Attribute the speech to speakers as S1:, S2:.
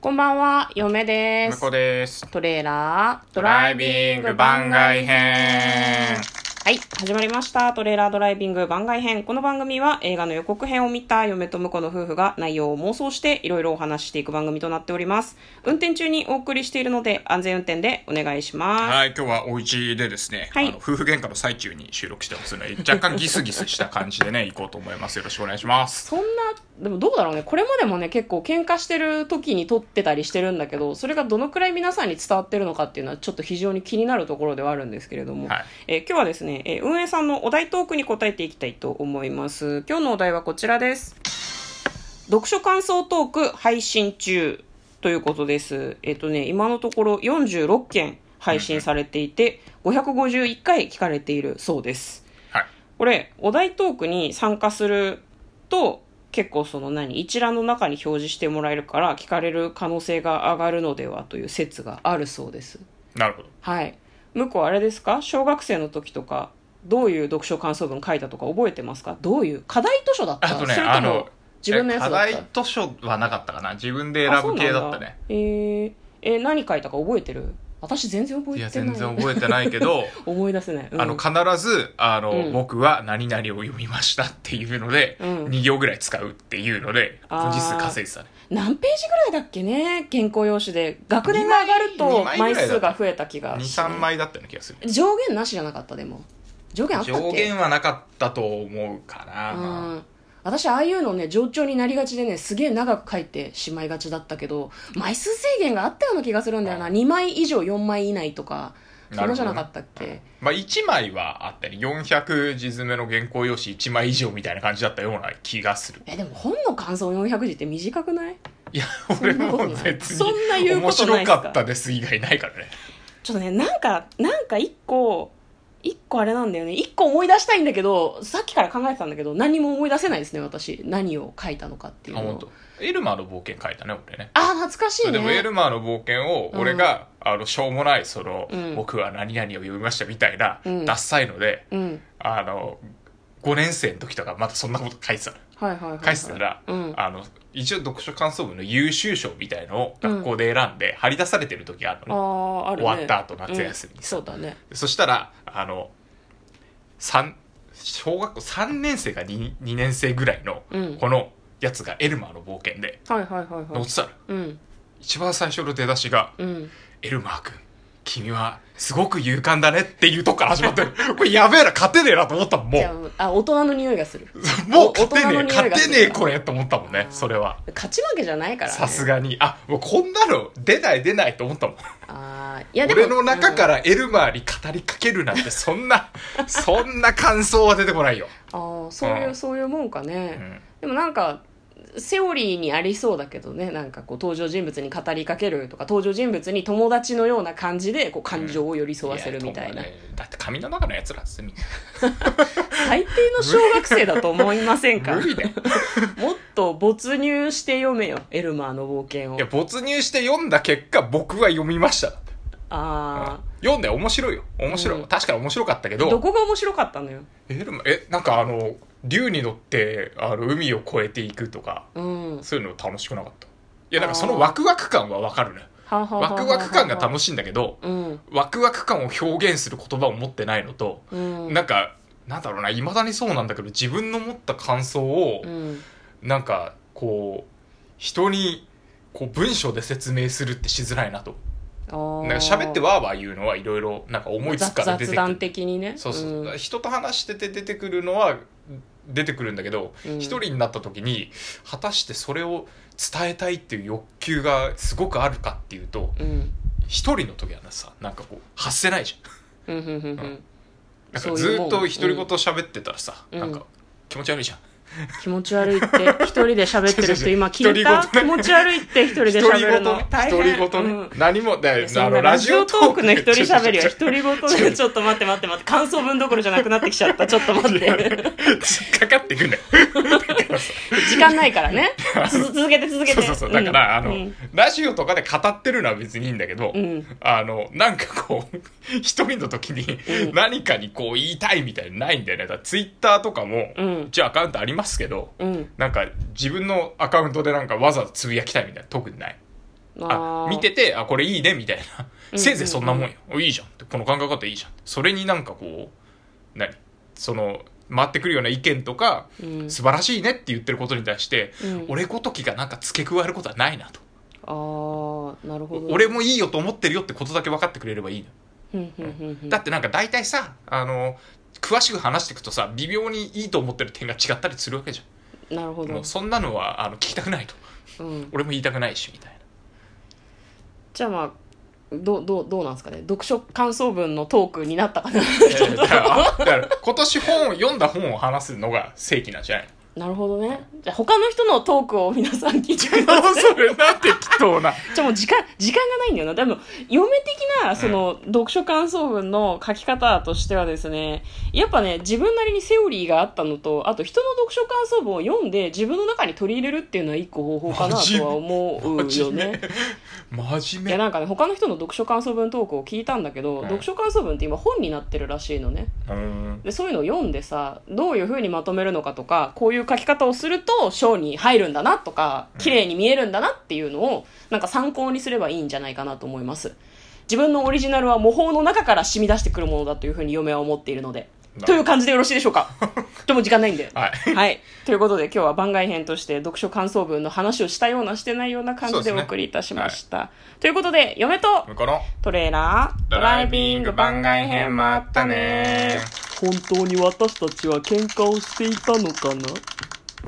S1: こんばんは、嫁で
S2: 向
S1: す
S2: こ。うです。
S1: トレーラード
S2: ドライビング番外編。
S1: はい、始まりました。トレーラードライビング番外編。この番組は映画の予告編を見た嫁と婿の夫婦が内容を妄想していろいろお話ししていく番組となっております。運転中にお送りしているので安全運転でお願いします。
S2: はい、今日はお家でですね、
S1: はい
S2: あの夫婦喧嘩の最中に収録してますので、若干ギスギスした感じ でね、行こうと思います。よろしくお願いします。
S1: そんな、でもどうだろうね。これまでもね、結構喧嘩してる時に撮ってたりしてるんだけど、それがどのくらい皆さんに伝わってるのかっていうのはちょっと非常に気になるところではあるんですけれども、
S2: はい
S1: えー今日はですね、えー運営さんのお題トークに答えていきたいと思います。今日のお題はこちらです。読書感想トーク配信中ということです。えっ、とね、今のところ46件配信されていて、551回聞かれているそうです。
S2: はい。
S1: これお題トークに参加すると結構その何一覧の中に表示してもらえるから聞かれる可能性が上がるのではという説があるそうです
S2: なるほど。
S1: はい向こうあれですか小学生の時とかどういう読書感想文書いたとか覚えてますかどういう課題図書だった
S2: あとね
S1: それ
S2: あ
S1: とも
S2: の
S1: 自分のやつだ
S2: 課
S1: った
S2: 題図書はなかったかな。自分で
S1: あ
S2: 選
S1: そう
S2: ぶ
S1: なん
S2: 系だったね。
S1: えーえ何書いたか覚えてる私全然覚え
S2: い
S1: てな
S2: や、
S1: い
S2: 全然覚えてないけど、
S1: 思い出せない、うん
S2: あの、必ず、あの、
S1: うん
S2: 僕は何々を読みましたっていうので、
S1: うん
S2: 2行ぐらい使うっていうので、
S1: あー
S2: 文字数稼いでたね。
S1: 何ページぐらいだっけね原稿用紙で学年が上がると
S2: 二枚
S1: 枚
S2: ぐらいだ
S1: 数
S2: った
S1: が増えた気が
S2: 2、
S1: して
S2: 3枚だったような気がする。
S1: 上限なしじゃなかったでも上限あったっけ
S2: 上限はなかったと思うかな。
S1: うん私ああいうのね上長になりがちでねすげえ長く書いてしまいがちだったけど枚数制限があったような気がするんだよな、
S2: は
S1: 2枚以上4枚以内とかそ
S2: な
S1: れ
S2: るほどね
S1: じゃなかったっけ
S2: まあ、1枚はあったり、400字詰めの原稿用紙1枚以上みたいな感じだったような気がする。
S1: えでも本の感想400字って短くない
S2: いや、
S1: そ
S2: 俺
S1: んなことない
S2: もう別
S1: そんな
S2: に
S1: 言うこ
S2: 面
S1: とないっすか
S2: 白かったです以外ないからね。
S1: ちょっとねなんかなんか一個一個あれなんだよね一個思い出したいんだけどさっきから考えてたんだけど何も思い出せないですね私何を書いたのかって
S2: あ、
S1: いうの
S2: 本当。エルマーの冒険書いたね、俺ね。
S1: あー懐かしいね
S2: でもエルマーの冒険を俺が、あのしょうもないその、
S1: うん
S2: 僕は何々を読みましたみたいな、
S1: うん
S2: ダッサいので
S1: うん
S2: あの5年生の時とかまたそんなこと書いてたの
S1: はいはいはい、はい、
S2: 書いてたら、
S1: うん
S2: あの一応読書感想文の優秀賞みたいのを学校で選んで、張り出されてる時あるのね
S1: あーあるね
S2: 終わった後夏休みに
S1: うん
S2: さ
S1: そうだね
S2: そしたらあの三小学校3年生か 2, 二年生ぐらいの
S1: うん
S2: このやつが「エルマーの冒険で
S1: はいはいはい」は
S2: 載っ
S1: い
S2: てたの
S1: うん
S2: 一番最初の出だしが「
S1: うん
S2: エルマー君、君はすごく勇敢だねっていうとこから始ま ってる。これやべえな、勝てねえなと思ったもん、も
S1: じゃああ大人の匂いがする
S2: う。もう勝てねえ、
S1: 大人の匂い
S2: 勝
S1: がす
S2: て
S1: る
S2: ねえこれと思ったもんね
S1: あ、ー
S2: それは。
S1: 勝ち負けじゃないからね
S2: さすがに。あ、もうこんなの出ない出ないと思ったもん。
S1: あーいやでも、
S2: 俺の中かららエルマーに語りかけるなんて、そんな、そんな感想は出てこないよ。
S1: うんあーそういう、
S2: うん
S1: そういうもんかね、
S2: うん
S1: でもなんかセオリーにありそうだけどねなんかこう登場人物に語りかけるとか登場人物に友達のような感じでこう感情を寄り添わせるみたいな、
S2: やともねだって髪の中のやつらっすみんな
S1: 最低の小学生だと思いませんか
S2: 無理だよ
S1: もっと没入して読めよエルマーの冒険を
S2: いや没入して読んだ結果僕は読みましただって
S1: ああ
S2: 読んで面白いよ面白い、
S1: うん
S2: 確かに面白かったけ
S1: どこが面白かったのよ
S2: えでもえなんかあの竜に乗ってあの海を越えていくとか
S1: うんは
S2: そういうの楽しくなかったいやなんか
S1: あー
S2: そのワクワク感はわかるね
S1: あはあはあはあ
S2: ワクワク感が楽しいんだけど
S1: うん
S2: ワクワク感を表現する言葉を持ってないのと
S1: うん
S2: なんかなんだろうないまだにそうなんだけど自分の持った感想を
S1: うん
S2: なんかこう人にこう文章で説明するってしづらいなと
S1: あー
S2: なんか喋ってわーわー言うのはいろいろなんか思いつくから出
S1: 雑
S2: てく
S1: 談
S2: る
S1: 的にね
S2: そうそう、
S1: ん
S2: 人と話してて出てくるのは出てくるんだけど一、
S1: うん
S2: 人になった時に果たしてそれを伝えたいっていう欲求がすごくあるかっていうと
S1: うん
S2: 一人の時はさなんかこう発せないじゃん
S1: うんうんうんうん
S2: うんなん
S1: そ
S2: か
S1: う
S2: ず
S1: いうも
S2: っ
S1: ん
S2: と独り言喋ってたらさ、
S1: うん
S2: なんか気持ち悪いじゃん
S1: 気持ち悪いって 一人で喋ってる人今聞い
S2: 一
S1: た
S2: 人
S1: 気
S2: ごとね
S1: 持ち悪いって一人で
S2: 独り
S1: 喋る
S2: 言
S1: の
S2: ね
S1: 大
S2: 独
S1: 変
S2: り言ね、
S1: うん
S2: 何もだ
S1: い
S2: よ
S1: やそ
S2: あ
S1: んな
S2: の
S1: ラジオトークの一人喋りは
S2: ちょ
S1: 独り言でちょっと待って待って待って感想文どころじゃなくなってきちゃったちょっと待っ
S2: ちょちょ
S1: て
S2: ちょ引っかかってくんだよ
S1: 時間ないから ねつづ続けて続け
S2: そ
S1: て
S2: うそうそう。だから、
S1: うん
S2: あの、
S1: うん
S2: ラジオとかで語ってるのは別にいいんだけど、
S1: うん
S2: あの、なんかこう、 一人の時に
S1: うん
S2: 何かにこう言いたいみたいなのないんだよね。だからツイッターとかも、
S1: うん
S2: 一応アカウントありますけど、
S1: うん
S2: なんか自分のアカウントでなんかわざわざつぶやきたいみたいな特にない。あ
S1: ー
S2: 見ててあこれいいねみたいな、
S1: うん
S2: せいぜいそんなもんよおいいじゃんってこの考え方いいじゃんそれになんかこう何その回ってくるような意見とか、
S1: うん
S2: 素晴らしいねって言ってることに対して、
S1: うん
S2: 俺ごときがなんか付け加えることはないなと、
S1: ああなるほど
S2: 俺もいいよと思ってるよってことだけ分かってくれればいいの
S1: うんうんうんうん
S2: だってなんか大体さあの詳しく話していくとさ微妙にいいと思ってる点が違ったりするわけじゃん
S1: なるほ
S2: も
S1: ど
S2: う、そんなのはあの聞きたくないと
S1: うん、
S2: 俺も言いたくないしみたいな
S1: じゃあまあどうどうどうなんですかね読書感想文のトークになったかな
S2: いやいやだからだから今年本を読んだ本を話すのが正規なんじゃない
S1: なるほどねじゃあ他の人のトークを皆さん聞いてください
S2: のそれなんて適当な
S1: じゃあもう時間時間がないんだよなでも嫁的なその、読書感想文の書き方としてはですねやっぱね自分なりにセオリーがあったのとあと人の読書感想文を読んで自分の中に取り入れるっていうのは一個方法かなとは思うよ
S2: 真面
S1: ね
S2: 目真
S1: い
S2: 面
S1: や
S2: 目
S1: なんかね他の人の読書感想文トークを聞いたんだけど、
S2: うん
S1: 読書感想文って今本になってるらしいのね
S2: うーん
S1: でそういうのを読んでさどういう風にまとめるのかとかこういう書き方をすると章に入るんだなとか綺麗に見えるんだなっていうのをなんか参考にすればいいんじゃないかなと思います自分のオリジナルは模倣の中から染み出してくるものだという風に嫁は思っているので
S2: な
S1: という感じでよろしいでしょ うかでも時間ないんで
S2: はい
S1: はい。ということで今日は番外編として読書感想文の話をしたようなしてないような感じ
S2: そう
S1: で
S2: で
S1: すお
S2: ね
S1: 送りいたしました。ということで、嫁と
S2: 向こうの
S1: トレーラー、
S2: ドライビング番外編もあったね
S1: 本当に私たちは喧嘩をしていたのかな